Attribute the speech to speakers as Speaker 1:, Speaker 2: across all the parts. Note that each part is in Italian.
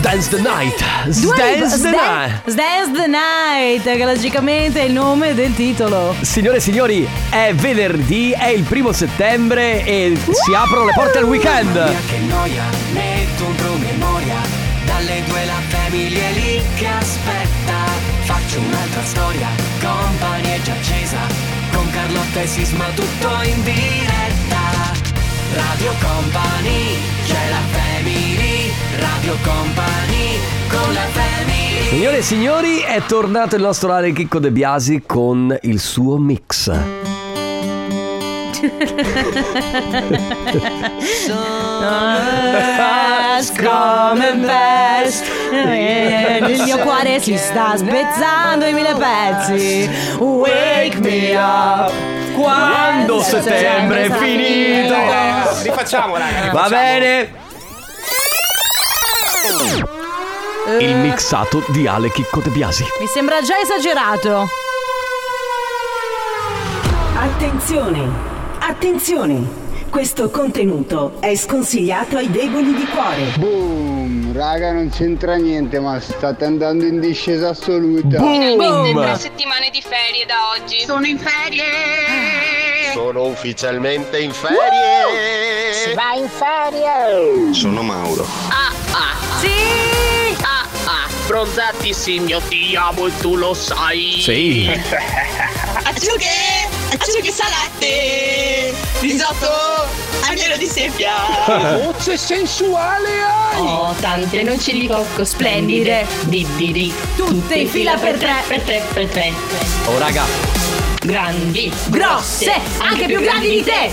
Speaker 1: Dance the Night.
Speaker 2: Dua Lipa-
Speaker 1: Dance the
Speaker 2: Sda-
Speaker 1: Night.
Speaker 2: Dance the Night, che logicamente è il nome del titolo.
Speaker 1: Signore e signori, è venerdì, è il primo settembre e si aprono le porte al weekend.
Speaker 3: Che noia, metto un promemoria. Dalle due la famiglia è lì che aspetta. Faccio un'altra storia, compagnie è già accesa. Con Carlotta e Sisma tutto in diretta. Radio Company, c'è la family. Radio Company, con la family.
Speaker 1: Signore e signori, è tornato il nostro Ale Chicco De Biasi con il suo mix.
Speaker 2: Come best. Il mio cuore si sta spezzando in mille pezzi. Wake me up.
Speaker 1: Quando settembre è
Speaker 2: Esatto.
Speaker 1: finito.
Speaker 4: Eh, rifacciamo, raga.
Speaker 1: Va
Speaker 4: rifacciamo.
Speaker 1: bene. Il mixato di Ale Chicco De Biasi.
Speaker 2: Mi sembra già esagerato.
Speaker 5: Attenzione! Attenzione! Questo contenuto è sconsigliato ai deboli di cuore.
Speaker 6: Boom, raga non c'entra niente ma state andando in discesa assoluta
Speaker 7: Finalmente
Speaker 1: Boom!
Speaker 7: tre settimane di ferie da oggi. Sono in
Speaker 2: Eh.
Speaker 7: ferie!
Speaker 8: Sono ufficialmente in ferie. Sono Mauro.
Speaker 7: Ah ah!
Speaker 2: Sì!
Speaker 7: Ah ah!
Speaker 9: Bronzati sì, mio ti amo e tu lo sai.
Speaker 1: Sì.
Speaker 10: Acciughe, acciughe salate, risotto al velo di seppia.
Speaker 9: Voce sensuale hai.
Speaker 10: Oh, tante noci di cocco
Speaker 2: splendide.
Speaker 10: di di
Speaker 2: Tutte in fila per tre.
Speaker 10: per tre, per tre.
Speaker 1: Oh raga,
Speaker 10: Grandi,
Speaker 2: Grosse, anche più grandi di te.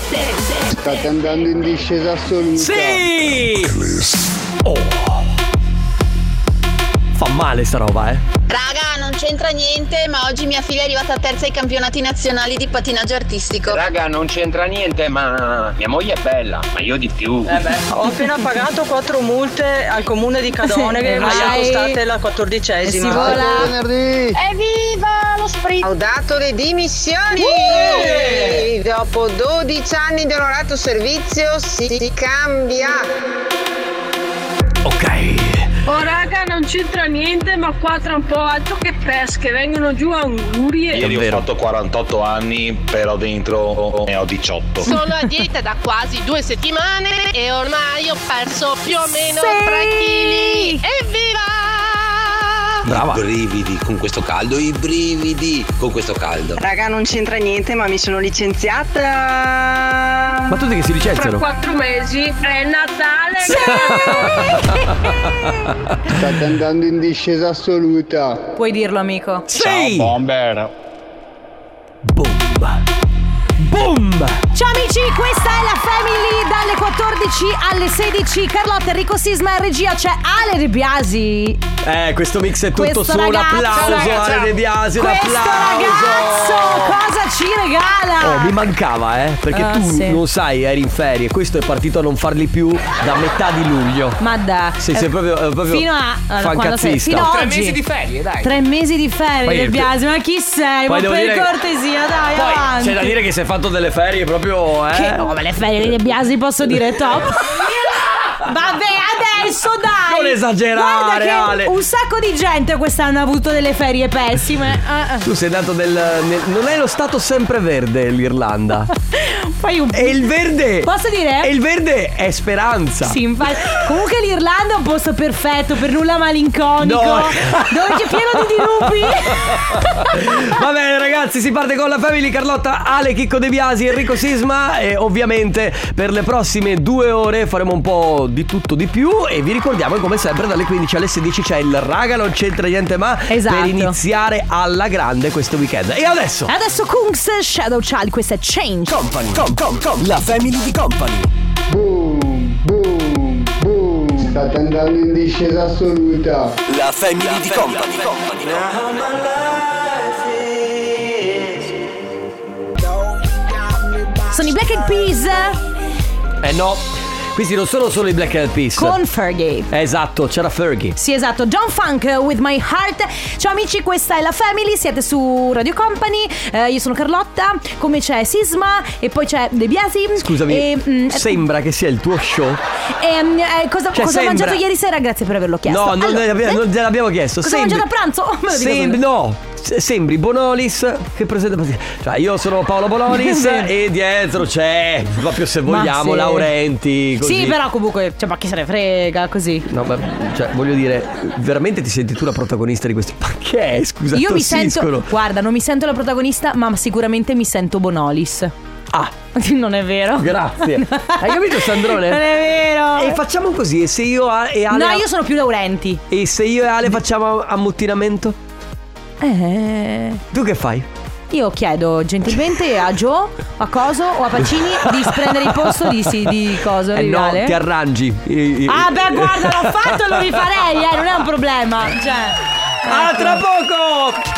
Speaker 6: state andando in discesa assoluta
Speaker 1: Sì! Oh. Fa male sta roba, eh.
Speaker 10: Raga, non c'entra niente, ma oggi mia figlia è arrivata terza ai campionati nazionali di patinaggio artistico.
Speaker 4: Raga, non c'entra niente, ma mia moglie è bella, ma io di più.
Speaker 10: Ho appena pagato quattro multe al comune di Cadone
Speaker 2: che mi sono costate
Speaker 10: la
Speaker 2: Si
Speaker 10: quattordicesima.
Speaker 2: vola.
Speaker 6: venerdì
Speaker 7: Evviva lo spritz!
Speaker 10: Ho dato le dimissioni! Dopo 12 anni di onorato servizio si, cambia!
Speaker 1: Ok.
Speaker 7: Oh raga, non c'entra niente, ma qua tra un po' altro che pesche, vengono giù angurie.
Speaker 1: Ieri ho Davvero. fatto
Speaker 8: 48 anni, però dentro ne ho 18.
Speaker 10: Sono a dieta da quasi due settimane e ormai ho perso più o meno
Speaker 2: Sì.
Speaker 10: 3 kg! Evviva!
Speaker 1: Brava.
Speaker 3: brividi con questo caldo, i brividi con questo caldo.
Speaker 10: Raga, non c'entra niente, ma mi sono licenziata!
Speaker 1: Ma tutti che
Speaker 7: Fra
Speaker 1: si licenziano?
Speaker 7: quattro mesi è Natale!
Speaker 6: state andando in discesa assoluta
Speaker 2: Puoi dirlo, amico.
Speaker 1: Sì!
Speaker 8: Bomber.
Speaker 1: Boom! Boom!
Speaker 2: Ciao amici, questa è la Family dalle 14 alle 16. Carlotta, Enrico Sisma in regia c'è Ale De Biasi.
Speaker 1: Eh, questo mix è tutto
Speaker 2: Questo
Speaker 1: su un
Speaker 2: ragazzo,
Speaker 1: applauso
Speaker 2: ragazzi.
Speaker 1: Ale De Biasi, un
Speaker 2: Questo ragazzo
Speaker 1: applauso.
Speaker 2: cosa ci regala?
Speaker 1: Oh, mi mancava, eh, perché
Speaker 2: Ah,
Speaker 1: tu
Speaker 2: sì.
Speaker 1: non sai, eri in ferie, questo è partito a non farli più da metà di luglio.
Speaker 2: Ma da
Speaker 1: Sì, sei proprio- eh, proprio
Speaker 2: fino a allora, quando sei,
Speaker 1: fancazzista.
Speaker 2: fino a
Speaker 4: Tre
Speaker 2: oggi.
Speaker 4: mesi di ferie, dai.
Speaker 2: Tre mesi di
Speaker 1: Poi
Speaker 2: ferie
Speaker 1: il-
Speaker 2: del Biasi, ma chi sei? Ma per
Speaker 1: Poi devo dire che-
Speaker 2: cortesia, dai,
Speaker 1: Poi
Speaker 2: avanti.
Speaker 1: c'è da dire che si è fatto delle ferie proprio, eh.
Speaker 2: Che no, ma le ferie di Biasi posso dire top. Vabbè, adesso dai!
Speaker 1: Non esagerare,
Speaker 2: Guarda che
Speaker 1: Ale.
Speaker 2: Un sacco di gente quest'anno ha avuto delle ferie pessime. Ah, ah.
Speaker 1: Tu sei andato nel, nel- Non è lo stato sempre verde l'Irlanda.
Speaker 2: eh. Fai un
Speaker 1: E il verde.
Speaker 2: Posso dire?
Speaker 1: E il verde è speranza.
Speaker 2: Sì, infatti. Comunque l'Irlanda è un posto perfetto, per nulla malinconico.
Speaker 1: No.
Speaker 2: Dove c'è pieno di dilupi.
Speaker 1: Va bene ragazzi, si parte con la Family Carlotta, Ale, Chicco De Biasi, Enrico Sisma e ovviamente per le prossime due ore faremo un po' di tutto di più e vi ricordiamo che come sempre dalle 15 alle 16 c'è il raga, non c'entra niente ma
Speaker 2: Esatto.
Speaker 1: per iniziare alla grande questo weekend. E adesso...
Speaker 2: Adesso Kungs Shadow Child, questa è Change.
Speaker 1: Company, com, com, com, la Family di Company.
Speaker 6: boom boom boom state andando in discesa assoluta
Speaker 3: La family di company.
Speaker 2: Sono i Black Eyed Peas.
Speaker 1: Eh no, Questi non sono solo i Black Eyed Peas.
Speaker 2: Con Fergie.
Speaker 1: Esatto, c'era Fergie.
Speaker 2: Sì, esatto, John Funk eh, with my heart. Ciao amici, questa è la Family, siete su Radio Company. eh, io sono Carlotta, come c'è Sisma e poi c'è De Biasi.
Speaker 1: Scusami,
Speaker 2: E, mm,
Speaker 1: sembra che sia il tuo show.
Speaker 2: e, mm, eh, cosa, cosa
Speaker 1: Cioè,
Speaker 2: ho
Speaker 1: sembra-
Speaker 2: mangiato ieri sera? Grazie per averlo chiesto.
Speaker 1: No, non,
Speaker 2: Allora,
Speaker 1: gliel'abbiamo-
Speaker 2: eh?
Speaker 1: non gliel'abbiamo chiesto.
Speaker 2: Cosa ho
Speaker 1: sembri-
Speaker 2: mangiato a pranzo? Me lo dica
Speaker 1: Sem-
Speaker 2: solo.
Speaker 1: no, se- sembri Bonolis che presenta. Cioè, io sono Paolo Bonolis
Speaker 2: Sì.
Speaker 1: e dietro c'è proprio se
Speaker 2: Ma
Speaker 1: vogliamo
Speaker 2: sì.
Speaker 1: Laurenti. Così.
Speaker 2: Sì, però comunque, cioè, ma chi se ne frega così.
Speaker 1: No, ma cioè, voglio dire, veramente ti senti tu la protagonista di questo? Ma che è? Scusa,
Speaker 2: Io mi
Speaker 1: tossiscono.
Speaker 2: sento, guarda, non mi sento la protagonista, ma sicuramente mi sento Bonolis.
Speaker 1: Ah,
Speaker 2: Non è vero?
Speaker 1: grazie. Hai capito, Sandrone? Ah,
Speaker 2: Non è vero.
Speaker 1: E facciamo così, e se io a- e Ale.
Speaker 2: Eh, No, io sono più Laurenti.
Speaker 1: E se io e Ale facciamo ammutinamento?
Speaker 2: Eh.
Speaker 1: Tu che fai?
Speaker 2: Io chiedo gentilmente a Joe, a Coso o a Pacini di prendere il posto di, sì, di Coso
Speaker 1: Eh no,
Speaker 2: rivale.
Speaker 1: ti arrangi. Eh, eh,
Speaker 2: ah, beh, guarda, l'ho fatto e lo rifarei, eh, non è un problema. Cioè.
Speaker 1: A tra poco!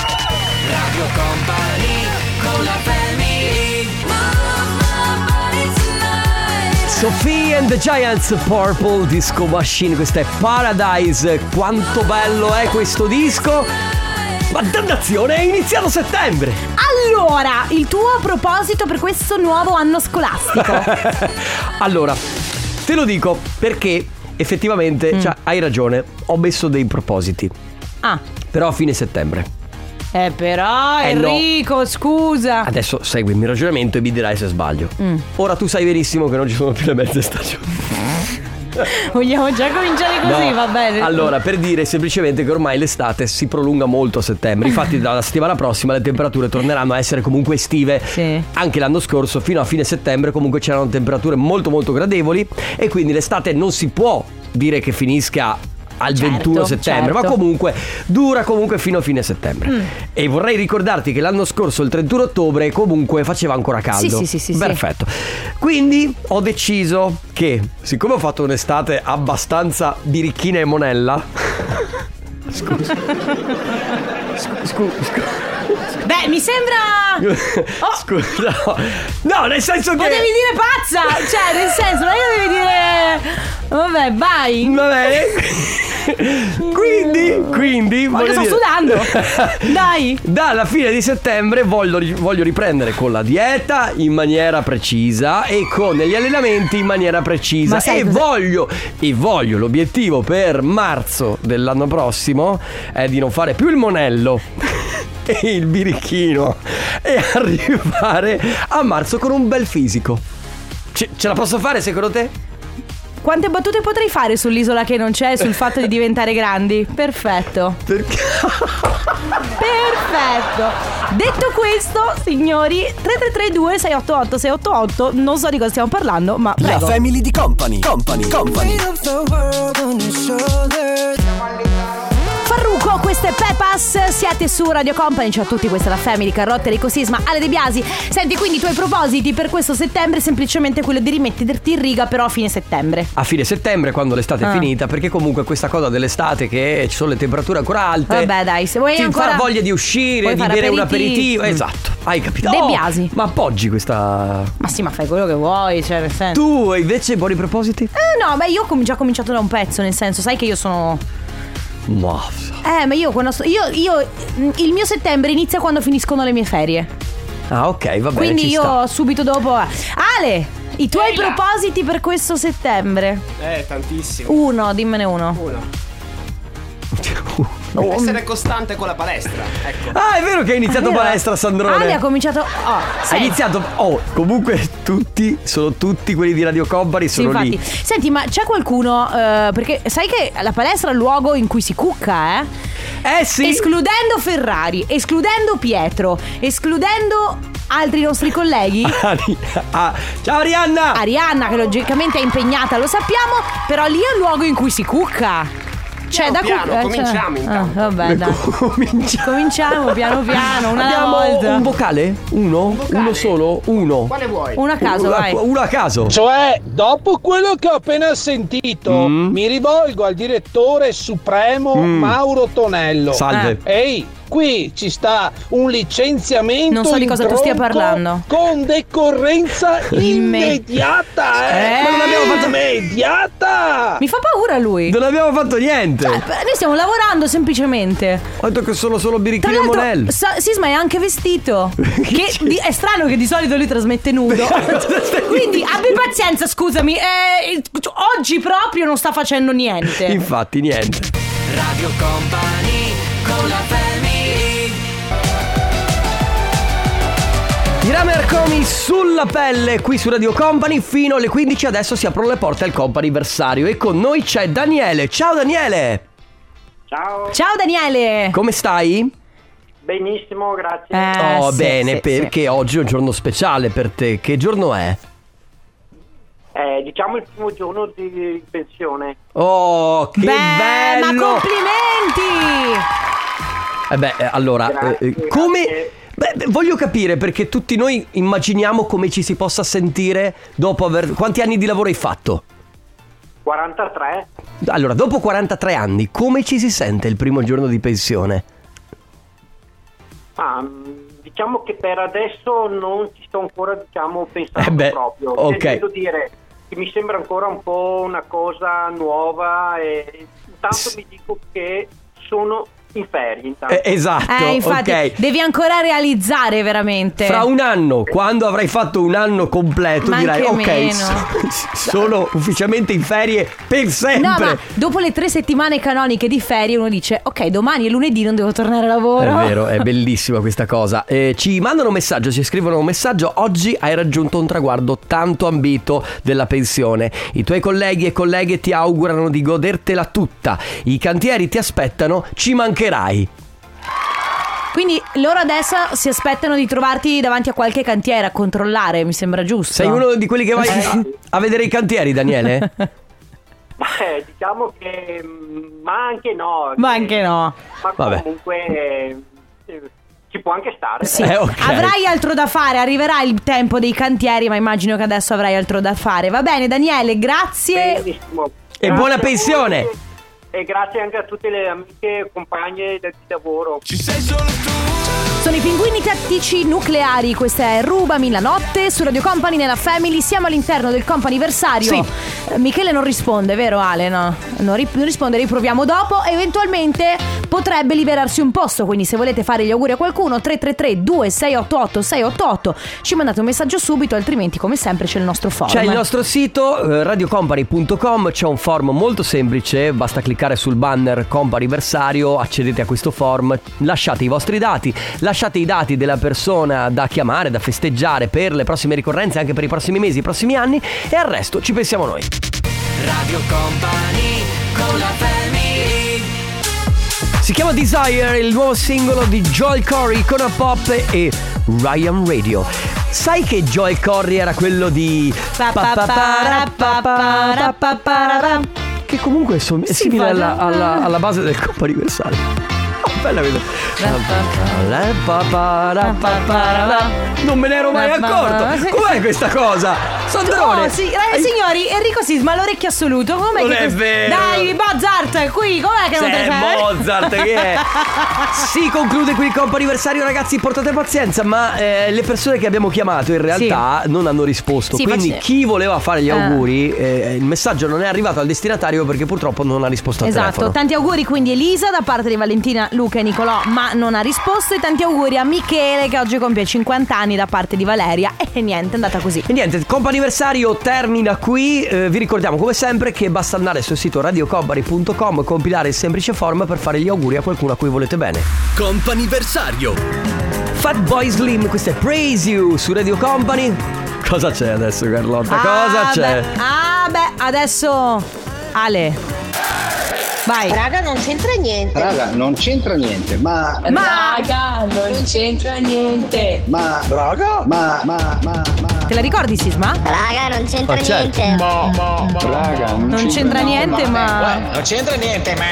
Speaker 1: Sophie and the Giants Purple Disco Machine, questo è Paradise. Quanto bello è questo disco! Ma dannazione, è iniziato settembre!
Speaker 2: Allora, il tuo proposito per questo nuovo anno scolastico.
Speaker 1: allora, te lo dico perché effettivamente cioè, hai ragione, ho messo dei propositi,
Speaker 2: Ah,
Speaker 1: però a fine settembre.
Speaker 2: eh, però,
Speaker 1: Eh, no.
Speaker 2: Enrico, scusa.
Speaker 1: Adesso segui il mio ragionamento e mi dirai se sbaglio. Ora tu sai benissimo che non ci sono più le mezze stagioni.
Speaker 2: Vogliamo già cominciare così,
Speaker 1: No.
Speaker 2: va bene.
Speaker 1: Allora, per dire semplicemente che ormai l'estate si prolunga molto a settembre. Infatti, dalla settimana prossima le temperature torneranno a essere comunque estive.
Speaker 2: Sì.
Speaker 1: Anche l'anno scorso, fino a fine settembre, comunque c'erano temperature molto molto gradevoli. E quindi l'estate non si può dire che finisca. Al
Speaker 2: Certo,
Speaker 1: 21 settembre, ma
Speaker 2: certo.
Speaker 1: comunque dura comunque fino a fine settembre.
Speaker 2: Mm.
Speaker 1: E vorrei ricordarti che l'anno scorso, il 31 ottobre, comunque faceva ancora caldo.
Speaker 2: Sì, sì, sì, sì, sì.
Speaker 1: Perfetto. Quindi ho deciso che, siccome ho fatto un'estate abbastanza birichina e monella.
Speaker 2: Beh, mi sembra.
Speaker 1: Scusa, no. no, nel senso che.
Speaker 2: Oh! Potevi dire pazza! Cioè, nel senso, ma io devi dire. Vabbè, vai!
Speaker 1: Va bene. quindi, quindi.
Speaker 2: Ma che
Speaker 1: voglio
Speaker 2: sto
Speaker 1: dire-
Speaker 2: sudando! Dai!
Speaker 1: Dalla fine di settembre voglio, ri- voglio riprendere con la dieta in maniera precisa e con gli allenamenti in maniera precisa.
Speaker 2: Ma sai
Speaker 1: E
Speaker 2: cosa-
Speaker 1: voglio, e voglio l'obiettivo per marzo dell'anno prossimo è di non fare più il monello. E il birichino e arrivare a marzo con un bel fisico. Ce- ce la posso fare secondo te?
Speaker 2: Quante battute potrei fare sull'isola che non c'è e sul fatto di diventare grandi? Perfetto!
Speaker 1: Perché?
Speaker 2: Perfetto! Detto questo, signori, 3332 688 688, non so di cosa stiamo parlando, ma prego.
Speaker 1: family di company. Company, company.
Speaker 2: Farrucco, questo è Pepas, siete su Radio Company, ciao a tutti, questa è la Family, Carlotta, Enrico Sisma, Ale De Biasi. Senti, quindi i tuoi propositi per questo settembre è semplicemente quello di rimetterti in riga però a fine settembre.
Speaker 1: A fine settembre, quando l'estate
Speaker 2: Ah.
Speaker 1: è finita, perché comunque questa cosa dell'estate che ci sono le temperature ancora alte.
Speaker 2: Vabbè, dai, se vuoi
Speaker 1: ti
Speaker 2: ancora-
Speaker 1: fa voglia di uscire,
Speaker 2: vuoi
Speaker 1: di
Speaker 2: fare
Speaker 1: bere un
Speaker 2: aperitivo.
Speaker 1: aperitivo.
Speaker 2: Mm.
Speaker 1: Esatto, hai capito.
Speaker 2: De
Speaker 1: Oh,
Speaker 2: Biasi.
Speaker 1: ma appoggi questa.
Speaker 2: Ma sì, ma fai quello che vuoi, cioè nel senso...
Speaker 1: Tu hai invece buoni propositi?
Speaker 2: Eh, no, beh, io ho com- già cominciato da un pezzo, nel senso, sai che io sono...
Speaker 1: No.
Speaker 2: Eh, ma io quando... so- io, io... mm, Il mio settembre inizia quando finiscono le mie ferie.
Speaker 1: Ah, ok, va bene.
Speaker 2: Quindi
Speaker 1: ci
Speaker 2: io
Speaker 1: sta.
Speaker 2: subito dopo... eh. Ale, i tuoi propositi per questo settembre?
Speaker 11: Eh, tantissimo.
Speaker 2: Uno, dimmene uno.
Speaker 11: Essere
Speaker 2: Mm.
Speaker 11: costante con la palestra. Ecco.
Speaker 1: Ah, è vero che hai iniziato
Speaker 2: È vero.
Speaker 1: palestra, Sandrone.
Speaker 2: Ale ha cominciato... Oh,
Speaker 1: Hai
Speaker 2: senti.
Speaker 1: iniziato. Oh, comunque tutti, sono tutti quelli di Radio Company,
Speaker 2: Sì,
Speaker 1: sono
Speaker 2: infatti.
Speaker 1: lì.
Speaker 2: Senti, ma c'è qualcuno. eh, perché sai che la palestra è il luogo in cui si cucca, eh?
Speaker 1: Eh sì.
Speaker 2: Escludendo Ferrari, escludendo Pietro, escludendo altri nostri colleghi.
Speaker 1: Ari- ah, Ciao Arianna!
Speaker 2: Arianna, che logicamente è impegnata, lo sappiamo, però lì è il luogo in cui si cucca. Cioè, da
Speaker 11: piano,
Speaker 2: cucca. eh, cioè-
Speaker 11: cominciamo
Speaker 2: ah,
Speaker 11: intanto.
Speaker 2: vabbè, dai.
Speaker 1: Cominciamo.
Speaker 2: Cominciamo piano piano, una alla
Speaker 1: Ecco. Abbiamo
Speaker 2: volta.
Speaker 1: un vocale? Uno?
Speaker 11: vocale?
Speaker 1: Uno solo? Uno?
Speaker 11: Quale vuoi?
Speaker 2: Uno a caso,
Speaker 1: uno,
Speaker 2: vai.
Speaker 1: A, uno a caso.
Speaker 9: Cioè, dopo quello che ho appena sentito,
Speaker 2: Mm.
Speaker 9: mi rivolgo al direttore supremo Mauro Tonello.
Speaker 1: Salve.
Speaker 9: Ehi, qui ci sta un licenziamento.
Speaker 2: Non so di
Speaker 9: in
Speaker 2: cosa tu stia
Speaker 9: tronco
Speaker 2: parlando.
Speaker 9: Con decorrenza
Speaker 2: Imme-
Speaker 9: immediata, eh?
Speaker 2: Ah.
Speaker 1: Eh, ma non abbiamo fatto-
Speaker 9: Sfiata!
Speaker 2: Mi fa paura lui.
Speaker 1: Non abbiamo fatto niente.
Speaker 2: Cioè, beh, noi stiamo lavorando semplicemente.
Speaker 1: Ho detto che sono solo
Speaker 2: Tra
Speaker 1: birichini e
Speaker 2: l'altro,
Speaker 1: monelli.
Speaker 2: Sa- Sisma è anche vestito. che di- è strano che di solito lui trasmette nudo. Quindi abbi pazienza, scusami. eh, il- oggi proprio non sta facendo niente.
Speaker 1: Infatti, niente.
Speaker 3: Radio Company con la family
Speaker 1: Irame Arcomi sulla pelle qui su Radio Company fino alle 15 adesso si aprono le porte al comp'anniversario e con noi c'è Daniele. Ciao Daniele!
Speaker 12: Ciao,
Speaker 2: Ciao Daniele.
Speaker 1: Come stai?
Speaker 12: benissimo, grazie.
Speaker 2: Eh,
Speaker 1: oh
Speaker 2: sì,
Speaker 1: bene,
Speaker 2: sì,
Speaker 1: perché oggi è un giorno speciale per te. Che giorno è?
Speaker 12: Eh, diciamo il primo giorno di pensione.
Speaker 1: Oh, che
Speaker 12: Beh,
Speaker 2: ma
Speaker 1: bello!
Speaker 2: complimenti!
Speaker 1: Eh beh, eh, allora, eh, eh, come... Beh, beh, voglio capire perché tutti noi immaginiamo come ci si possa sentire dopo aver... Quanti anni di lavoro hai fatto?
Speaker 12: 43?
Speaker 1: Allora, dopo 43 anni, come ci si sente il primo giorno di pensione?
Speaker 12: Ah, mh, diciamo che per adesso non ci sto ancora diciamo, pensando
Speaker 1: Eh beh,
Speaker 12: proprio.
Speaker 1: ok.
Speaker 12: Sentito dire che mi sembra ancora un po' una cosa nuova e intanto mi dico che sono in ferie. Intanto.
Speaker 1: Eh, esatto,
Speaker 2: Eh, infatti,
Speaker 1: ok.
Speaker 2: devi ancora realizzare veramente.
Speaker 1: Fra un anno, quando avrai fatto un anno completo,
Speaker 2: Ma
Speaker 1: dirai:
Speaker 2: anche
Speaker 1: Ok,
Speaker 2: meno."
Speaker 1: s- sono ufficialmente in ferie per sempre.
Speaker 2: No, ma dopo le tre settimane canoniche di ferie uno dice Ok, domani è lunedì, non devo tornare a lavoro
Speaker 1: È vero, è bellissima questa cosa. Eh, ci mandano un messaggio, ci scrivono un messaggio. Oggi hai raggiunto un traguardo tanto ambito della pensione. I tuoi colleghi e colleghe ti augurano di godertela tutta. I cantieri ti aspettano, ci mancherai.
Speaker 2: Quindi loro adesso si aspettano di trovarti davanti a qualche cantiere a controllare, mi sembra giusto
Speaker 1: Sei uno di quelli che vai a vedere i cantieri, Daniele?
Speaker 12: Beh, diciamo che mh, ma anche no.
Speaker 2: Ma anche no
Speaker 12: Ma
Speaker 1: Vabbè.
Speaker 12: comunque eh, eh, ci può anche stare.
Speaker 2: Sì.
Speaker 1: Eh,
Speaker 12: dai.
Speaker 2: Avrai altro da fare, arriverà il tempo dei cantieri, ma immagino che adesso avrai altro da fare. Va bene, Daniele, grazie.
Speaker 12: Benissimo.
Speaker 1: E
Speaker 12: Grazie
Speaker 1: buona
Speaker 12: a voi
Speaker 1: pensione!
Speaker 12: E grazie anche a tutte le amiche e compagne del di lavoro. Ci sei solo
Speaker 2: Sono i pinguini tattici nucleari, questa è Rubami la notte su Radio Company nella Family, siamo all'interno del comp'anniversario. Eh, Michele non risponde, vero Ale? No, non, ri- non risponde, riproviamo dopo, eventualmente potrebbe liberarsi un posto, quindi se volete fare gli auguri a qualcuno 333 2688 688 ci mandate un messaggio subito, altrimenti come sempre c'è il nostro forum.
Speaker 1: C'è il nostro sito eh, radiocompany.com, c'è un form molto semplice, basta cliccare sul banner Compariversario, accedete a questo form, lasciate i vostri dati, lasciate i dati della persona da chiamare, da festeggiare per le prossime ricorrenze, anche per i prossimi mesi, i prossimi anni e al resto ci pensiamo noi.
Speaker 3: Radio Company con la family
Speaker 1: Si chiama Desire, il nuovo singolo di Joel Corey, Icona Pop e Ryan Radio. Sai che Joel Corey era quello di... Che comunque som- è simile alla, alla- alla base del Coppa Universale. Oh, bella questa. Non me ne ero mai accorto. Com'è questa cosa? Sandrone.
Speaker 2: Oh, sì, eh, signori, Enrico Sisma, l'orecchio assoluto. Com'è
Speaker 1: Non
Speaker 2: che
Speaker 1: è
Speaker 2: questo-
Speaker 1: vero.
Speaker 2: Dai, Mozart, qui, com'è che non te
Speaker 1: Sì,
Speaker 2: sei?
Speaker 1: Mozart che è? Si conclude qui il compo anniversario ragazzi, portate pazienza, ma eh, le persone che abbiamo chiamato in realtà non hanno risposto,
Speaker 2: Sì,
Speaker 1: quindi
Speaker 2: facci-
Speaker 1: chi voleva fare gli
Speaker 2: Eh.
Speaker 1: auguri, eh, il messaggio non è arrivato al destinatario perché purtroppo non ha risposto al
Speaker 2: Esatto,
Speaker 1: telefono.
Speaker 2: tanti auguri quindi Elisa da parte di Valentina, Luca e Nicolò, ma non ha risposto e tanti auguri a Michele che oggi compie 50 anni da parte di Valeria e niente, è andata così.
Speaker 1: E niente, il compo anniversario termina qui, eh, vi ricordiamo come sempre che basta andare sul sito radiocompany.com e compilare il semplice form per fare gli auguri a qualcuno a cui volete bene. Comp'anniversario Fat Boy Slim, questo è Praise You su Radio Company. Cosa c'è adesso Carlotta? Cosa
Speaker 2: Ah,
Speaker 1: c'è?
Speaker 2: beh, ah beh, adesso Ale. Vai.
Speaker 10: Raga, non c'entra niente.
Speaker 13: Raga, non c'entra niente, ma.
Speaker 2: Ma-
Speaker 10: Raga, non c'entra niente.
Speaker 13: Ma. Raga? Ma, ma, ma, ma.
Speaker 2: Te la ricordi Sisma?
Speaker 10: Raga, non c'entra
Speaker 13: Ma certo. niente. Raga, non,
Speaker 2: Non c'entra niente, ma
Speaker 13: Non c'entra niente, ma.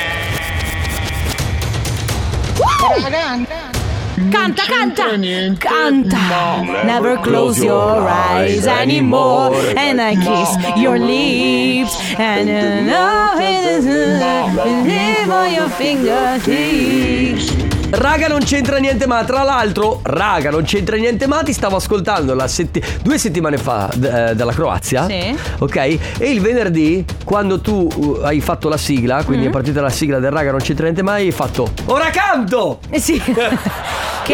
Speaker 2: Canta, canta, canta. Never close your eyes anymore. And I kiss your lips. And uh, I uh, know it is on your fingertips.
Speaker 1: Raga non c'entra niente ma tra l'altro Raga non c'entra niente ma ti stavo ascoltando la setti- due settimane fa d- eh, dalla Croazia
Speaker 3: Sì.
Speaker 1: Ok e il venerdì quando tu uh, hai fatto la sigla
Speaker 2: Mm-hmm.
Speaker 1: Quindi è partita la sigla del Raga non c'entra niente ma hai fatto Ora canto
Speaker 2: Eh sì
Speaker 1: Che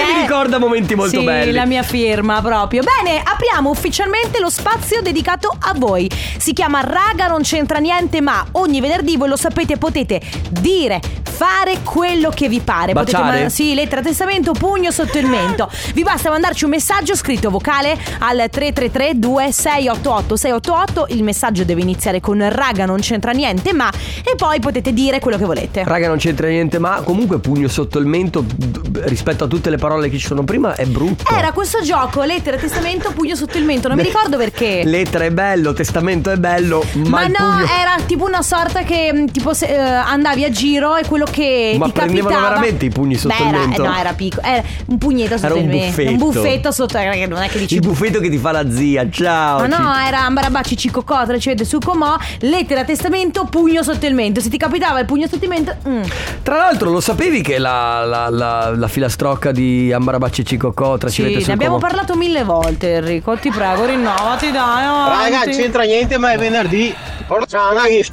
Speaker 1: mi ricorda momenti molto
Speaker 2: sì,
Speaker 1: belli
Speaker 2: la mia firma proprio. Bene, apriamo ufficialmente lo spazio dedicato a voi. Si chiama Raga non c'entra niente, ma ogni venerdì voi lo sapete, potete dire, fare quello che vi pare. Potete
Speaker 14: Baciare?
Speaker 2: sì, lettera a testamento, pugno sotto il mento. Vi basta mandarci un messaggio scritto vocale al 333 2688 688. Il messaggio deve iniziare con Raga non c'entra niente, ma e poi potete dire quello che volete.
Speaker 1: Raga non c'entra niente ma comunque pugno sotto il mento d- rispetto a tutte le parole che ci sono prima è brutto
Speaker 2: Era questo gioco, lettera, testamento, pugno sotto il mento, non mi ricordo perché.
Speaker 1: Lettera è bello, testamento è bello, ma,
Speaker 2: Ma
Speaker 1: il
Speaker 2: no,
Speaker 1: pugno-
Speaker 2: era tipo una sorta che mh, tipo se, eh, andavi a giro e quello che
Speaker 1: Ma
Speaker 2: ti
Speaker 1: prendevano
Speaker 2: capitava
Speaker 1: veramente i pugni sotto
Speaker 2: Beh,
Speaker 1: il
Speaker 2: era-
Speaker 1: mento?
Speaker 2: No, era piccolo, era un pugnetto sotto
Speaker 1: Era un
Speaker 2: il mento, un
Speaker 1: buffetto.
Speaker 2: buffetto sotto perché non è che dici
Speaker 1: il buffetto che ti fa la zia, ciao.
Speaker 2: ma no,
Speaker 1: ci-
Speaker 2: era Ambarabacci, Cicco Cotra, cioè su Comò, lettera, testamento, pugno sotto il mento. Se ti capitava il pugno sotto il mento, mm.
Speaker 1: Tra l'altro lo sapevi che la, la, la, la filastrocca di Ambarabacci e Cicocò tra
Speaker 2: sì, ne abbiamo parlato mille volte, Enrico. Ti prego, rinnovati, dai. avanti.
Speaker 15: Raga, c'entra niente, ma è venerdì. Porciana che.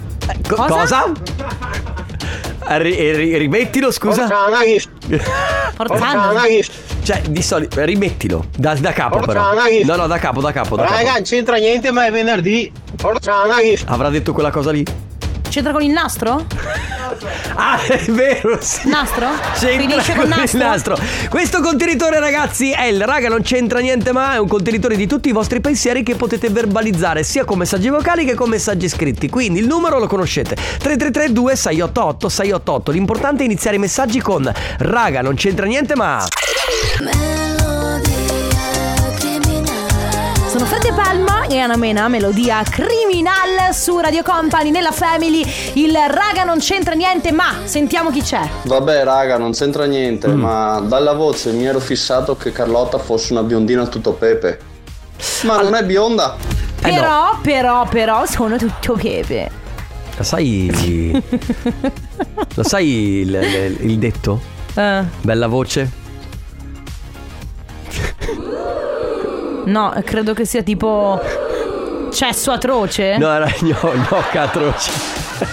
Speaker 1: Cosa? cosa? Ri- eh, ri- rimettilo, scusa.
Speaker 15: Forzana Gif. Forzana
Speaker 1: Cioè, di solito, rimettilo. Da, da capo,
Speaker 15: Forzana
Speaker 1: però.
Speaker 15: Gif.
Speaker 1: No, no, da capo, da capo. Da
Speaker 15: Raga,
Speaker 1: capo.
Speaker 15: c'entra niente, ma è venerdì. Porciana che.
Speaker 1: Avrà detto quella cosa lì?
Speaker 2: C'entra con il nastro?
Speaker 1: Ah, è vero, sì.
Speaker 2: Nastro? Finisce
Speaker 1: C'entra
Speaker 2: con
Speaker 1: con il
Speaker 2: nastro?
Speaker 1: nastro. Questo contenitore, ragazzi, è il raga, non c'entra niente, ma è un contenitore di tutti i vostri pensieri che potete verbalizzare sia con messaggi vocali che con messaggi scritti. Quindi il numero lo conoscete: 3332 688 688. L'importante è iniziare i messaggi con raga, non c'entra niente, ma.
Speaker 2: Sono Fred De Palma e Anna Mena, melodia criminal su Radio Company nella Family. Il raga non c'entra niente, ma sentiamo chi c'è.
Speaker 16: Vabbè raga, non c'entra niente,
Speaker 13: Mm.
Speaker 16: ma dalla voce mi ero fissato che Carlotta fosse una biondina tutto pepe. Ma non è bionda.
Speaker 1: Eh,
Speaker 2: però, però, però, sono tutto pepe.
Speaker 1: La sai. lo sai il, il- il detto?
Speaker 2: Eh,
Speaker 1: Bella voce?
Speaker 2: no, credo che sia tipo. Cesso atroce?
Speaker 1: No, era gno- gnocca atroce.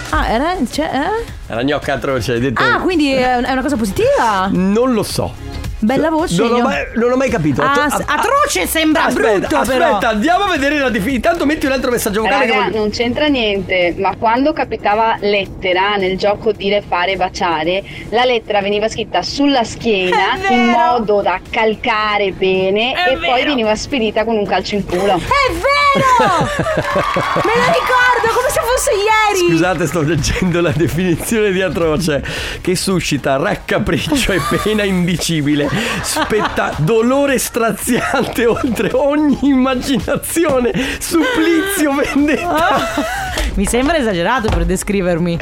Speaker 2: Ah, era. cioè, eh?
Speaker 1: Era gnocca atroce, hai detto.
Speaker 2: Ah, quindi è è una cosa positiva?
Speaker 1: Non lo so.
Speaker 2: Bella voce.
Speaker 1: Non l'ho
Speaker 2: io-
Speaker 1: mai, non l'ho mai capito.
Speaker 2: Ah,
Speaker 1: Atto-
Speaker 2: s- atroce sembra
Speaker 1: aspetta,
Speaker 2: brutto,
Speaker 1: aspetta,
Speaker 2: però.
Speaker 1: andiamo a vedere la definizione. Intanto metti un altro messaggio vocale. che
Speaker 17: Raga,
Speaker 1: voglio-
Speaker 17: non c'entra niente, ma quando capitava lettera nel gioco dire fare baciare, la lettera veniva scritta sulla schiena in modo da calcare bene e poi veniva spedita con un calcio in culo.
Speaker 2: È vero! Me la ricordo come se fosse ieri!
Speaker 1: Scusate, sto leggendo la definizione di atroce che suscita raccapriccio e pena indicibile, spetta dolore straziante oltre ogni immaginazione, supplizio vendetta.
Speaker 2: Mi sembra esagerato per descrivermi.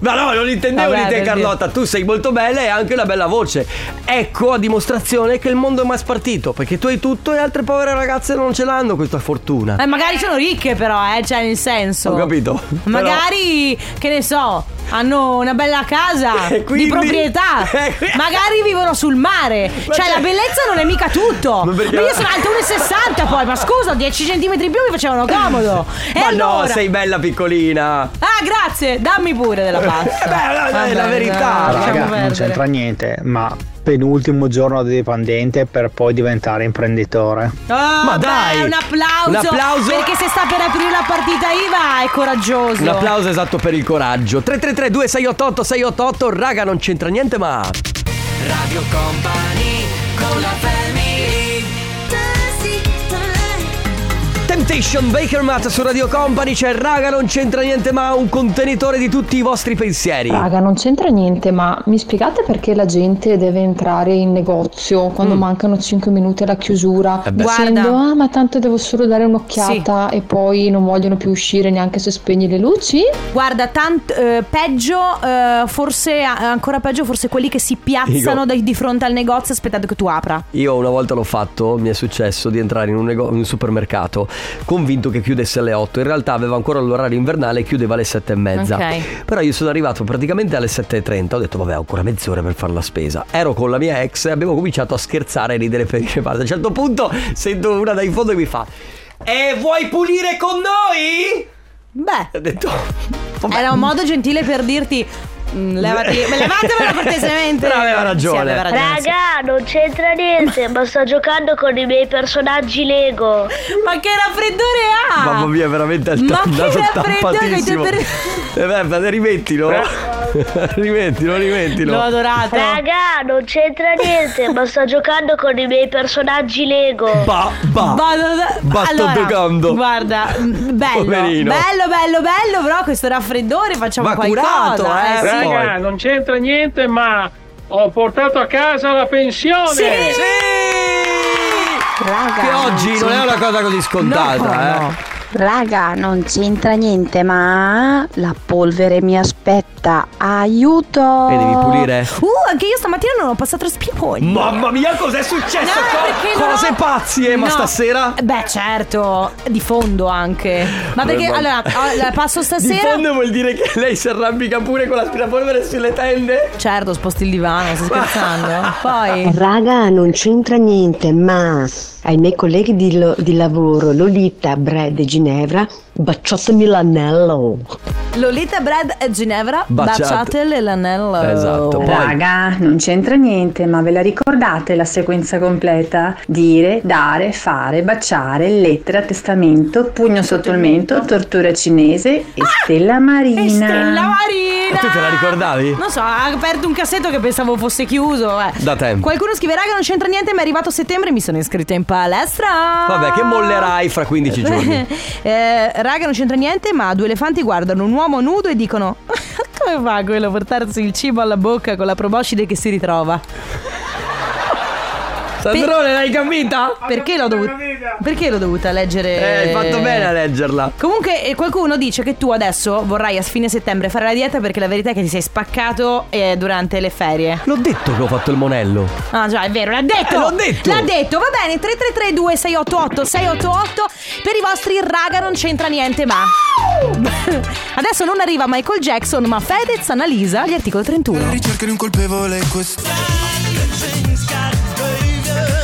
Speaker 1: Ma no, non intendevo
Speaker 2: Vabbè,
Speaker 1: di te
Speaker 2: per
Speaker 1: Carlotta, tu sei molto bella e hai anche una bella voce. Ecco a dimostrazione che il mondo è mai spartito, perché tu hai tutto e altre povere ragazze non ce l'hanno questa fortuna.
Speaker 2: Eh, magari sono ricche, però, eh, cioè, nel senso.
Speaker 1: Ho capito.
Speaker 2: Magari, che ne so, hanno una bella casa
Speaker 1: E quindi-
Speaker 2: di proprietà.
Speaker 1: Eh, qui-
Speaker 2: Magari vivono sul mare.
Speaker 1: Ma
Speaker 2: cioè,
Speaker 1: cioè-
Speaker 2: la bellezza non è mica tutto. Ma,
Speaker 1: perché-
Speaker 2: io sono alta 1,60 poi, ma scusa, 10 cm in più mi facevano comodo. E
Speaker 1: Ma
Speaker 2: Eh, allora.
Speaker 1: no, sei bella piccolina.
Speaker 2: Ah, grazie, dammi pure della pasta.
Speaker 1: Eh beh, no, è la verità.
Speaker 2: dai, lasciamo
Speaker 18: Raga, non
Speaker 2: Ah, perdere.
Speaker 18: c'entra niente, ma penultimo giorno da dipendente per poi diventare imprenditore.
Speaker 2: Ah,
Speaker 18: Ma
Speaker 2: beh,
Speaker 18: dai!
Speaker 2: un applauso,
Speaker 18: Un applauso.
Speaker 2: Perché se sta per aprire la partita IVA è coraggioso.
Speaker 1: Un applauso esatto per il coraggio. 333 2688 688, raga, non c'entra niente, ma
Speaker 3: Radio Company con la family.
Speaker 1: Temptation Baker Matt su Radio Company c'è raga, non c'entra niente, ma un contenitore di tutti i vostri pensieri.
Speaker 19: Raga, non c'entra niente, ma mi spiegate perché la gente deve entrare in negozio quando mancano 5 minuti alla chiusura,
Speaker 1: Mm. Eh beh.
Speaker 19: dicendo
Speaker 1: Guarda.
Speaker 19: "Ah, ma tanto devo solo dare un'occhiata" e poi non vogliono più uscire neanche se spegni le luci?
Speaker 2: Guarda, tant- eh, peggio, eh, forse a- ancora peggio, forse quelli che si piazzano
Speaker 1: Dico-
Speaker 2: dai- di fronte al negozio aspettando che tu apra.
Speaker 1: Io una volta l'ho fatto, mi è successo di entrare in un, nego- in un supermercato convinto che chiudesse alle 8. In realtà aveva ancora l'orario invernale e chiudeva alle 7 e mezza.
Speaker 2: Ok.
Speaker 1: Però io sono arrivato praticamente alle 7.30. Ho detto, vabbè, ho ancora mezz'ora per fare la spesa. Ero con la mia ex e abbiamo cominciato a scherzare e ridere per il A un certo punto sento una dai fondo che mi fa: E vuoi pulire con noi?
Speaker 2: Beh,
Speaker 1: Ho detto.
Speaker 2: era un modo gentile per dirti. "Mm, Levati, levatemela cortesemente.
Speaker 1: Però aveva ragione.
Speaker 2: Sì, aveva ragione, sì.
Speaker 14: Raga, non c'entra niente, ma sto giocando con i miei personaggi Lego.
Speaker 2: Ma che raffreddore ha?
Speaker 1: Mamma mia, veramente al
Speaker 2: Ma
Speaker 1: ta-
Speaker 2: che
Speaker 1: naso
Speaker 2: raffreddore con i tuoi
Speaker 1: tappatissimo.
Speaker 2: per-
Speaker 1: Eh beh, rimettilo. rimettilo, rimettilo.
Speaker 14: Raga, non c'entra niente, ma sto giocando con i miei personaggi Lego.
Speaker 1: Ba, ba.
Speaker 2: Vado da-
Speaker 1: Ba, sto giocando.
Speaker 2: Guarda, mm, bello,
Speaker 1: Poverino.
Speaker 2: bello, bello, bello, però questo raffreddore facciamo
Speaker 1: Va
Speaker 2: qualcosa.
Speaker 1: curato, eh,
Speaker 2: sì.
Speaker 1: poi.
Speaker 20: Raga, non c'entra niente, ma ho portato a casa la pensione.
Speaker 2: Sì!
Speaker 21: Raga,
Speaker 1: Eh, Che oggi non è una cosa così scontata,
Speaker 21: No,
Speaker 1: eh.
Speaker 21: Raga, non c'entra niente, ma la polvere mi aspetta. Aiuto!
Speaker 1: E devi pulire?
Speaker 2: Uh, anche io stamattina non ho passato lo spieponi.
Speaker 1: Mamma mia, cos'è successo?
Speaker 2: perché
Speaker 1: Co-
Speaker 2: no?
Speaker 1: Cose pazzie, eh, ma
Speaker 2: No.
Speaker 1: stasera?
Speaker 2: Beh, certo, di fondo anche. Ma perché
Speaker 1: Eh, ma-
Speaker 2: allora oh, la passo
Speaker 1: Di
Speaker 2: stasera?
Speaker 1: fondo vuol dire che lei si arrampica pure con l'aspirapolvere sulle tende?
Speaker 2: Certo, sposti il divano, sto scherzando. Poi
Speaker 22: Raga, non c'entra niente, ma ai miei colleghi di, lo- di lavoro, Lolita, Brad e Ginevra, baciatemi l'anello.
Speaker 2: Lolita Bread e Ginevra,
Speaker 22: Baciate.
Speaker 2: baciatele l'anello.
Speaker 1: Esatto, poi-
Speaker 23: Raga, non c'entra niente, ma ve la ricordate la sequenza completa? Dire, dare, fare, baciare, lettera, testamento, pugno sotto il mento, tortura cinese e
Speaker 2: Ah!
Speaker 23: stella marina.
Speaker 2: E Stella
Speaker 1: E
Speaker 2: Marina!
Speaker 1: tu te la ricordavi?
Speaker 2: Non so, ha aperto un cassetto che pensavo fosse chiuso. eh.
Speaker 1: Da tempo.
Speaker 2: Qualcuno scriverà che non c'entra niente, ma è arrivato settembre e mi sono iscritta in palestra.
Speaker 1: Vabbè, che mollerai fra 15 giorni.
Speaker 2: eh, raga, non c'entra niente, ma due elefanti guardano un uomo nudo e dicono: Come fa quello a portarsi il cibo alla bocca con la proboscide che si ritrova?
Speaker 1: Sandrone, l'hai capita?
Speaker 2: Perché l'ho dovuta. Perché l'ho dovuta leggere?
Speaker 1: Eh, hai fatto bene a leggerla.
Speaker 2: Comunque eh, qualcuno dice che tu adesso vorrai a fine settembre fare la dieta perché la verità è che ti sei spaccato eh, durante le ferie.
Speaker 1: L'ho detto che ho fatto il monello.
Speaker 2: Ah già, è vero, l'ha detto!
Speaker 1: Eh, l'ho detto!
Speaker 2: L'ha detto, va bene, 3332 688 688 per i vostri raga non c'entra niente ma... Adesso non arriva Michael Jackson ma Fedez analisa gli articoli 31.
Speaker 23: Cerca di un colpevole questo.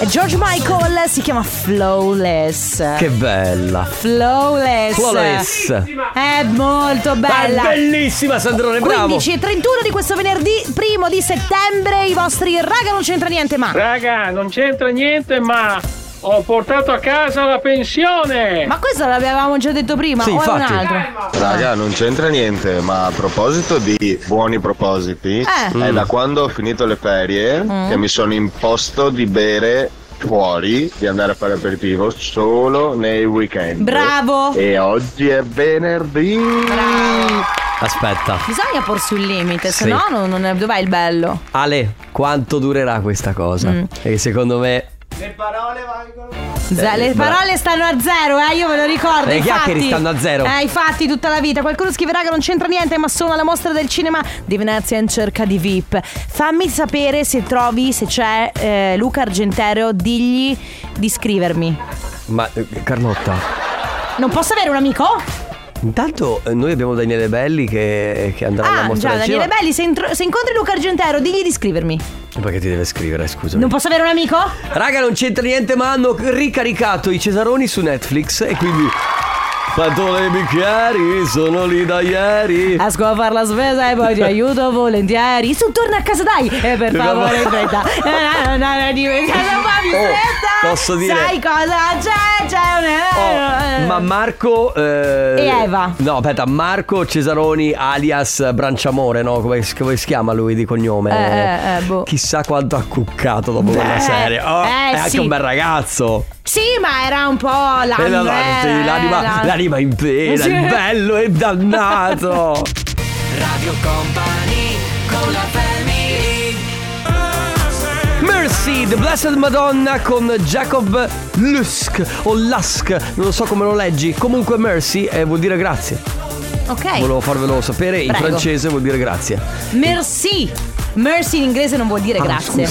Speaker 2: E George Michael si chiama Flawless.
Speaker 1: Che bella.
Speaker 2: Flawless.
Speaker 1: Flawless.
Speaker 2: È molto bella.
Speaker 1: Ma è bellissima, Sandrone, bravo.
Speaker 2: 15 e 31 di questo venerdì, primo di settembre, i vostri raga non c'entra niente ma.
Speaker 20: Raga, non c'entra niente, ma ho portato a casa la pensione.
Speaker 2: Eh. Ma questo l'avevamo già detto prima,
Speaker 23: Sì,
Speaker 2: o è un
Speaker 23: infatti.
Speaker 2: altro?
Speaker 24: Raga, non c'entra niente, ma a proposito di buoni propositi,
Speaker 2: Eh.
Speaker 24: è
Speaker 2: Mm.
Speaker 24: da quando ho finito le ferie
Speaker 2: Mm.
Speaker 24: che mi sono imposto di bere fuori, di andare a fare aperitivo solo nei weekend.
Speaker 2: Bravo.
Speaker 24: E oggi è venerdì!
Speaker 1: Aspetta.
Speaker 2: Bisogna porsi un limite,
Speaker 1: Sì.
Speaker 2: se no non, non è, dov'è il bello?
Speaker 1: Ale, quanto durerà questa cosa?
Speaker 2: Mm.
Speaker 1: E secondo me
Speaker 2: Z-
Speaker 1: Eh,
Speaker 2: le
Speaker 1: bra-
Speaker 2: parole stanno a zero, eh, io ve lo ricordo.
Speaker 1: Le
Speaker 2: infatti.
Speaker 1: chiacchiere stanno a zero.
Speaker 2: Eh, infatti, tutta la vita. Qualcuno scriverà che non c'entra niente, ma sono alla mostra del cinema di Venezia in cerca di VIP. Fammi sapere se trovi, se c'è eh, Luca Argentero, digli di scrivermi.
Speaker 1: Ma eh, Carlotta,
Speaker 2: Non posso avere un amico?
Speaker 1: intanto eh, noi abbiamo Daniele Belli che, che andrà alla
Speaker 2: Ah,
Speaker 1: mostra
Speaker 2: già,
Speaker 1: del
Speaker 2: Daniele
Speaker 1: cinema.
Speaker 2: Belli, se, intro- se incontri Luca Argentero, digli di scrivermi.
Speaker 1: Perché ti deve scrivere, scusami.
Speaker 2: Non posso avere un amico?
Speaker 1: Raga, non c'entra niente, ma hanno ricaricato i Cesaroni su Netflix e quindi Pantone e bicchieri sono lì da ieri.
Speaker 2: Esco a fare la spesa e poi ti aiuto volentieri. Su, torna a casa, dai! E per favore, in fretta. Eh, no, no, no, dimmi- Cosa fa, mi fretta?
Speaker 1: Oh, Posso dire?
Speaker 2: Sai cosa c'è? C'è un.
Speaker 1: Oh, Ma Marco eh,
Speaker 2: Eh, E Eva.
Speaker 1: No, aspetta, Marco Cesaroni alias Branciamore, no? Come, si- come si chiama lui di cognome?
Speaker 2: Eh, eh, eh, boh.
Speaker 1: Chissà quanto ha cuccato dopo
Speaker 2: Beh,
Speaker 1: quella serie. Oh,
Speaker 2: eh,
Speaker 1: è anche
Speaker 2: sì.
Speaker 1: un bel ragazzo.
Speaker 2: Sì, ma era un po'
Speaker 1: Eh, la- la-
Speaker 2: l'anima.
Speaker 1: sì, l'anima, l'anima in pena,
Speaker 2: Sì.
Speaker 1: il bello e dannato.
Speaker 3: Radio Company con la family
Speaker 1: Mercy, The Blessed Madonna con Jacob Lusk o Lask, non so come lo leggi. Comunque Mercy eh, vuol dire grazie.
Speaker 2: Ok.
Speaker 1: Volevo farvelo sapere, in
Speaker 2: Prego. Eh,
Speaker 1: francese vuol dire grazie. Ah,
Speaker 2: Merci. Mercy in inglese non vuol dire grazie.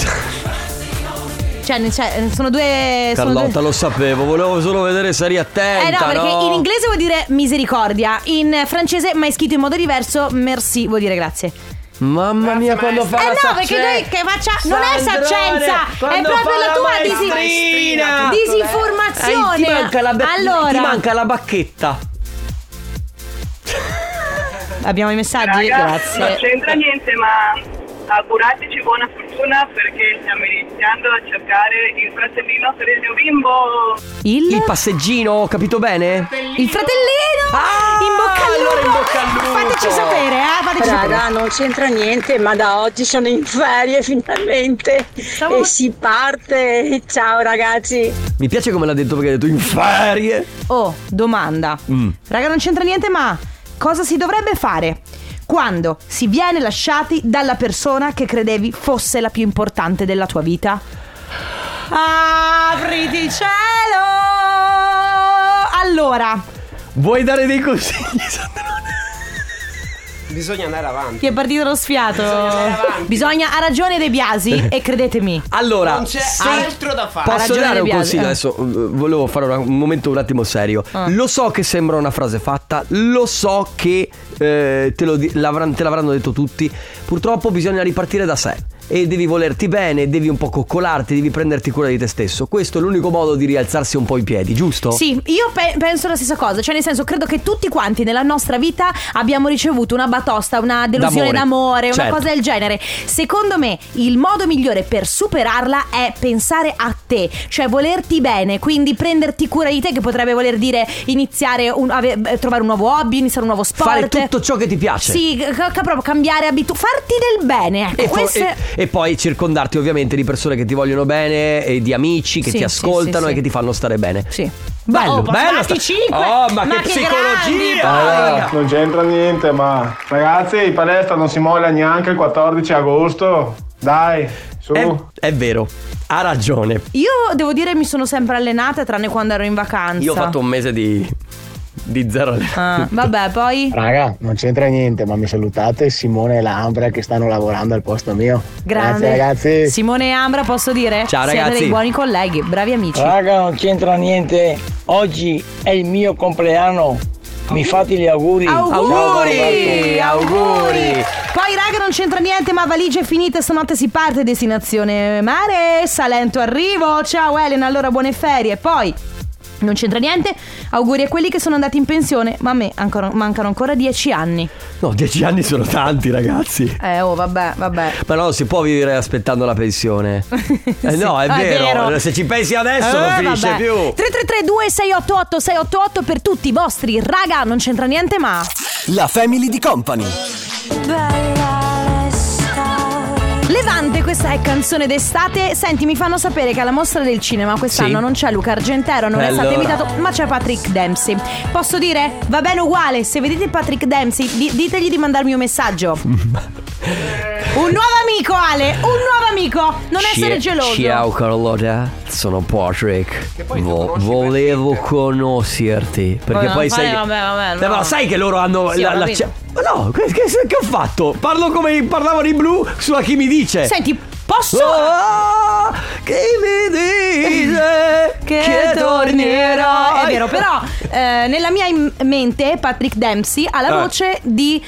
Speaker 2: Cioè, ne- cioè, sono due. sono due-
Speaker 1: Carlotta, lo sapevo, volevo solo vedere se eri attenta.
Speaker 2: Eh no, perché
Speaker 1: no?
Speaker 2: in inglese vuol dire misericordia, in francese, ma è scritto in modo diverso, merci vuol dire grazie.
Speaker 1: Mamma mia, quando fa
Speaker 2: eh
Speaker 1: la
Speaker 2: no, perché
Speaker 1: sacce-
Speaker 2: noi che faccia non è
Speaker 1: cioè, Sandrone,
Speaker 2: saccenza, è
Speaker 1: quando
Speaker 2: proprio
Speaker 1: fa
Speaker 2: la
Speaker 1: la
Speaker 2: tua disi-
Speaker 1: maestrina!
Speaker 2: disinformazione.
Speaker 1: Eh, ti manca la be-
Speaker 2: allora,
Speaker 1: ti manca la bacchetta.
Speaker 2: abbiamo i messaggi?
Speaker 4: Non
Speaker 2: Grazie.
Speaker 4: c'entra niente, ma augurateci buona fortuna perché stiamo iniziando a cercare il fratellino per il mio bimbo.
Speaker 2: Il?
Speaker 1: passeggino, ho capito bene?
Speaker 2: Il fratellino! in bocca al
Speaker 1: Ah,
Speaker 2: lupo! Fateci sapere, eh, fateci sapere.
Speaker 5: Raga, non c'entra niente, ma da oggi sono in ferie finalmente. E si parte. Ciao ragazzi.
Speaker 1: Mi piace come l'ha detto perché ha detto in ferie.
Speaker 2: Oh, domanda.
Speaker 1: Mm.
Speaker 2: Raga, non c'entra niente, ma cosa si dovrebbe fare quando si viene lasciati dalla persona che credevi fosse la più importante della tua vita? Apriti cielo! Allora,
Speaker 1: Vuoi dare dei consigli? Sandra?
Speaker 11: Bisogna andare avanti.
Speaker 2: ti è partito lo sfiato. Bisogna, ha ragione De Biasi e credetemi.
Speaker 1: Allora,
Speaker 11: Non c'è
Speaker 1: se-
Speaker 11: altro da fare.
Speaker 1: Posso
Speaker 2: ragione
Speaker 1: dare un
Speaker 2: Biasi,
Speaker 1: consiglio
Speaker 2: eh.
Speaker 1: adesso? eh, Volevo fare una- un momento un attimo serio.
Speaker 2: Ah.
Speaker 1: Lo so che sembra una frase fatta, lo so che eh, te, lo di- l'avran- te l'avranno detto tutti. Purtroppo bisogna ripartire da sé. E devi volerti bene, devi un po' coccolarti, devi prenderti cura di te stesso. Questo è l'unico modo di rialzarsi un po' in piedi, giusto?
Speaker 2: Sì, io pe- penso la stessa cosa, cioè nel senso credo che tutti quanti nella nostra vita abbiamo ricevuto una batosta, una delusione
Speaker 7: D'amore.
Speaker 2: d'amore, una
Speaker 7: Certo.
Speaker 2: cosa del genere. Secondo me il modo migliore per superarla è pensare a te, cioè volerti bene, quindi prenderti cura di te che potrebbe voler dire iniziare un, ave- eh, trovare un nuovo hobby, iniziare un nuovo sport.
Speaker 1: Fare tutto ciò che ti piace.
Speaker 2: Sì, ca- ca- proprio cambiare abitudini, farti del bene. Ecco,
Speaker 1: E, fo-
Speaker 2: queste-
Speaker 1: e- e poi circondarti ovviamente di persone che ti vogliono bene, e di amici che
Speaker 2: Sì,
Speaker 1: ti
Speaker 2: sì, sì,
Speaker 1: ascoltano e
Speaker 2: sì.
Speaker 1: che ti fanno stare bene.
Speaker 2: Sì.
Speaker 1: Bello,
Speaker 2: Oh,
Speaker 1: bello.
Speaker 2: passati cinque.
Speaker 1: Oh, ma,
Speaker 2: Ma
Speaker 1: che,
Speaker 2: che grandi,
Speaker 1: psicologia!
Speaker 2: poi.
Speaker 8: non c'entra niente, ma ragazzi, in palestra non si molla neanche il 14 agosto. Dai, su.
Speaker 1: È, è vero, ha ragione.
Speaker 2: Io devo dire mi sono sempre allenata tranne quando ero in vacanza.
Speaker 1: Io ho fatto un mese di, di zero
Speaker 2: Ah, vabbè, poi
Speaker 18: Raga, non c'entra niente, ma mi salutate Simone e Lambra che stanno lavorando al posto mio.
Speaker 2: Grande.
Speaker 18: Grazie ragazzi.
Speaker 2: Simone e Ambra, posso dire?
Speaker 18: Ciao,
Speaker 2: Siete
Speaker 18: ragazzi.
Speaker 2: dei buoni colleghi, bravi amici.
Speaker 25: Raga, non c'entra niente. Oggi è il mio compleanno. Mi fate gli auguri.
Speaker 2: Auguri! Poi raga non c'entra niente ma valigia è finita Stanotte si parte Destinazione mare Salento arrivo Ciao Elena Allora buone ferie Poi non c'entra niente Auguri a quelli che sono andati in pensione Ma a me ancora- mancano ancora dieci anni
Speaker 1: No, dieci anni sono tanti, ragazzi.
Speaker 2: Eh oh vabbè vabbè
Speaker 1: Ma no, si può vivere aspettando la pensione. Eh, no, è,
Speaker 2: Ah, è
Speaker 1: vero.
Speaker 2: vero.
Speaker 1: Se ci pensi adesso
Speaker 2: Eh,
Speaker 1: non finisce
Speaker 2: vabbè.
Speaker 1: più.
Speaker 2: 3332 688 688 per tutti i vostri raga non c'entra niente ma
Speaker 1: La family di company.
Speaker 2: Levante, questa è canzone d'estate. Senti, mi fanno sapere che alla mostra del cinema quest'anno
Speaker 7: Sì.
Speaker 2: non c'è Luca Argentero, non è
Speaker 7: Allora.
Speaker 2: stato invitato, ma c'è Patrick Dempsey. Posso dire? Va bene uguale, se vedete Patrick Dempsey, di- ditegli di mandarmi un messaggio. Un nuovo amico, Ale, un nuovo amico. Non essere geloso.
Speaker 1: Ciao Carlotta, sono Patrick. Vo- volevo conoscerti. Perché
Speaker 2: Vabbè,
Speaker 1: poi
Speaker 2: fai-
Speaker 1: sai.
Speaker 2: vabbè, vabbè,
Speaker 1: Eh,
Speaker 2: no.
Speaker 1: ma sai che loro hanno.
Speaker 2: Sì, ho
Speaker 1: la- la-
Speaker 2: capito.
Speaker 1: Ma no, che, che- che ho fatto? Parlo come parlavano i blu su a chi mi dice.
Speaker 2: Senti, posso
Speaker 1: Oh, Ah, chi mi dice che tornerà?
Speaker 2: È vero, però eh, nella mia im- mente Patrick Dempsey ha la
Speaker 1: Ah.
Speaker 2: voce di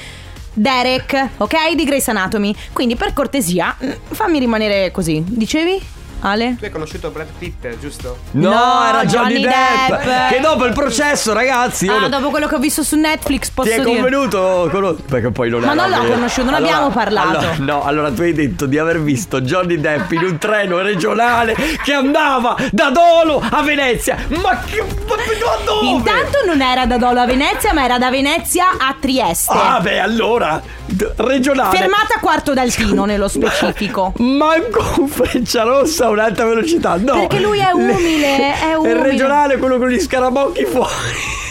Speaker 2: Derek, ok? Di Grey's Anatomy. Quindi per cortesia, mm, fammi rimanere così. Dicevi? Ale?
Speaker 11: Tu hai conosciuto Brad Pitt, giusto?
Speaker 1: No,
Speaker 2: No,
Speaker 1: era Johnny,
Speaker 2: Johnny
Speaker 1: Depp,
Speaker 2: Depp.
Speaker 1: Che dopo il processo, ragazzi. io
Speaker 2: ah,
Speaker 1: non-
Speaker 2: dopo quello che ho visto su Netflix
Speaker 1: Ti
Speaker 2: posso
Speaker 1: è
Speaker 2: dire.
Speaker 1: convenuto? conos- Perché poi non
Speaker 2: Ma
Speaker 1: era
Speaker 2: non l'ho
Speaker 1: vero.
Speaker 2: conosciuto, non abbiamo parlato.
Speaker 1: allora- no, allora tu hai detto di aver visto Johnny Depp in un treno regionale che andava da Dolo a Venezia. Ma che. Ma ma dove?
Speaker 2: Intanto non era da Dolo a Venezia, ma era da Venezia a Trieste.
Speaker 1: Ah, beh, allora. d- Regionale.
Speaker 2: Fermata a quarto d'altino nello specifico.
Speaker 1: Manco un freccia rossa a un'alta velocità, no.
Speaker 2: Perché lui è umile, è umile.
Speaker 1: Il regionale, quello con gli scarabocchi fuori.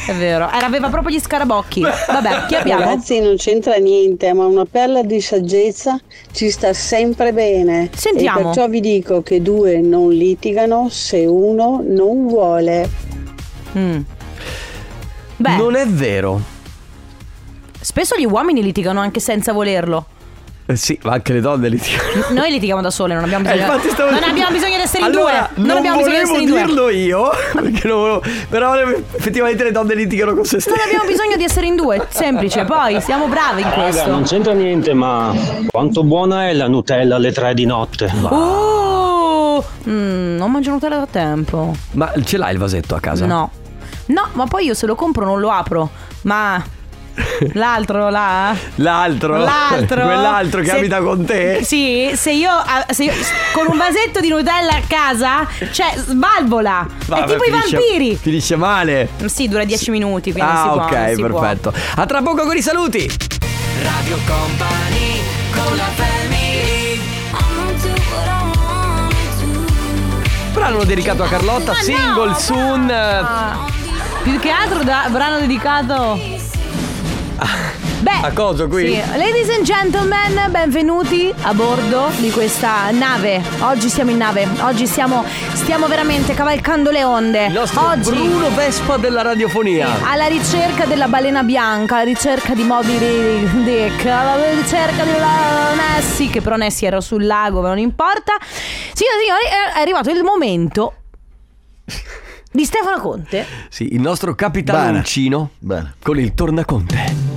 Speaker 2: È vero, era- aveva proprio gli scarabocchi. Vabbè, chi abbiamo?
Speaker 7: Ragazzi, non c'entra niente, ma una perla di saggezza ci sta sempre bene.
Speaker 2: Sentiamo.
Speaker 7: E perciò vi dico che due non litigano se uno non vuole.
Speaker 2: Beh, Mm.
Speaker 1: Non è vero.
Speaker 2: spesso gli uomini litigano anche senza volerlo.
Speaker 1: Eh sì, ma anche le donne li tirano.
Speaker 2: Noi litighiamo da sole, non abbiamo bisogno,
Speaker 1: Eh, infatti stavo-
Speaker 2: non abbiamo bisogno di essere in
Speaker 1: allora,
Speaker 2: due. Non, abbiamo bisogno di
Speaker 1: volevo
Speaker 2: essere in due.
Speaker 1: dirlo io, perché non volevo- però effettivamente le donne litigano con se stesse.
Speaker 2: Non abbiamo bisogno di essere in due, semplice. Poi siamo bravi in
Speaker 6: Raga, non
Speaker 2: questo.
Speaker 6: c'entra niente, ma quanto buona è la Nutella alle tre di notte?
Speaker 2: Oh, mm, non mangio Nutella da tempo.
Speaker 1: Ma ce l'hai il vasetto a casa?
Speaker 2: No. No, ma poi io se lo compro non lo apro. Ma l'altro là? eh?
Speaker 1: L'altro,
Speaker 2: L'altro.
Speaker 1: quell'altro che
Speaker 2: Se-
Speaker 1: abita con te.
Speaker 2: Sì, se io, ah, se io- con un vasetto di Nutella a casa, cioè sbalvola.
Speaker 1: Vabbè,
Speaker 2: È tipo i
Speaker 1: finisce-
Speaker 2: vampiri.
Speaker 1: Finisce male.
Speaker 2: Sì, dura 10 minuti, quindi
Speaker 1: ah,
Speaker 2: si può.
Speaker 1: ok,
Speaker 2: si può.
Speaker 1: perfetto. A tra poco con i saluti.
Speaker 3: Radio Company con la family
Speaker 1: Brano dedicato a Carlotta, single soon. eh,
Speaker 2: Più che altro da brano dedicato. Beh,
Speaker 1: A coso qui?
Speaker 2: Sì. Ladies and gentlemen, benvenuti a bordo di questa nave. Oggi siamo in nave, oggi siamo, stiamo veramente cavalcando le onde. oggi
Speaker 1: Bruno Vespa della radiofonia.
Speaker 2: alla ricerca della balena bianca, alla ricerca di Moby Di- Dick, alla ricerca di Nessie, che però Nessie era sul lago, ma non importa. Signore e signori, è- è arrivato il momento di Stefano Conte.
Speaker 1: Sì, il nostro capitano Uncino con il tornaconte.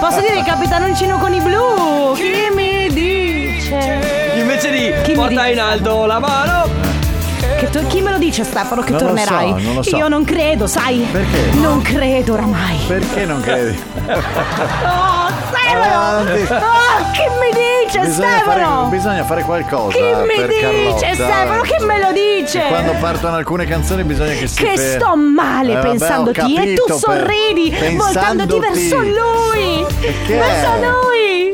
Speaker 2: Posso dire il capitanoncino con i blu? Chi mi dice?
Speaker 1: Invece di porta in alto la mano.
Speaker 2: Che tu- chi me lo dice Stefano che
Speaker 9: Non lo
Speaker 2: tornerai?
Speaker 9: so, non lo so.
Speaker 2: Io non credo, sai?
Speaker 9: Perché?
Speaker 2: Non credo oramai.
Speaker 9: Perché non credi?
Speaker 2: Oh, Stefano!
Speaker 9: Avanti.
Speaker 2: Oh, che mi dice
Speaker 9: Bisogna
Speaker 2: Stefano?
Speaker 9: fare, bisogna fare qualcosa.
Speaker 2: Chi mi
Speaker 9: per
Speaker 2: dice
Speaker 9: Carlotta.
Speaker 2: Stefano? Chi me lo dice?
Speaker 9: Che Quando partono alcune canzoni bisogna che si
Speaker 2: Che
Speaker 9: fermi.
Speaker 2: sto male
Speaker 9: Eh, vabbè, ho
Speaker 2: pensandoti e tu
Speaker 9: capito, per-
Speaker 2: sorridi voltandoti
Speaker 9: pensandoti.
Speaker 2: verso lui.
Speaker 9: Perché?
Speaker 2: Verso lui.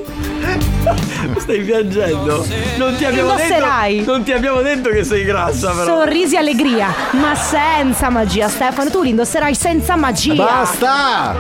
Speaker 1: Stai piangendo. Non ti abbiamo
Speaker 2: Indosserai.
Speaker 1: detto. Non ti abbiamo detto che sei grassa, però.
Speaker 2: Sorrisi e allegria, ma senza magia, Stefano. Tu li indosserai senza magia.
Speaker 9: Basta!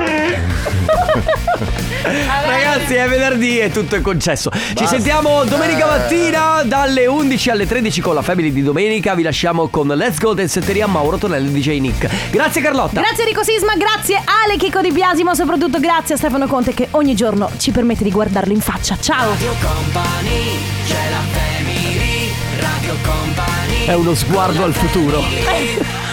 Speaker 1: Ragazzi, è venerdì e tutto è concesso. Ci
Speaker 9: Basta.
Speaker 1: sentiamo domenica
Speaker 9: Eh.
Speaker 1: mattina dalle 11 alle 13 con la Family di domenica. Vi lasciamo con Let's Go del Setteria Mauro Tonelli DJ Nick. Grazie Carlotta.
Speaker 2: Grazie Enrico Sisma, grazie Ale Chico Di Biasi, ma soprattutto grazie a Stefano Conte che ogni giorno ci permette di guardarlo in faccia. Ciao!
Speaker 3: Radio Company c'è la family Radio Company
Speaker 1: È uno sguardo al futuro.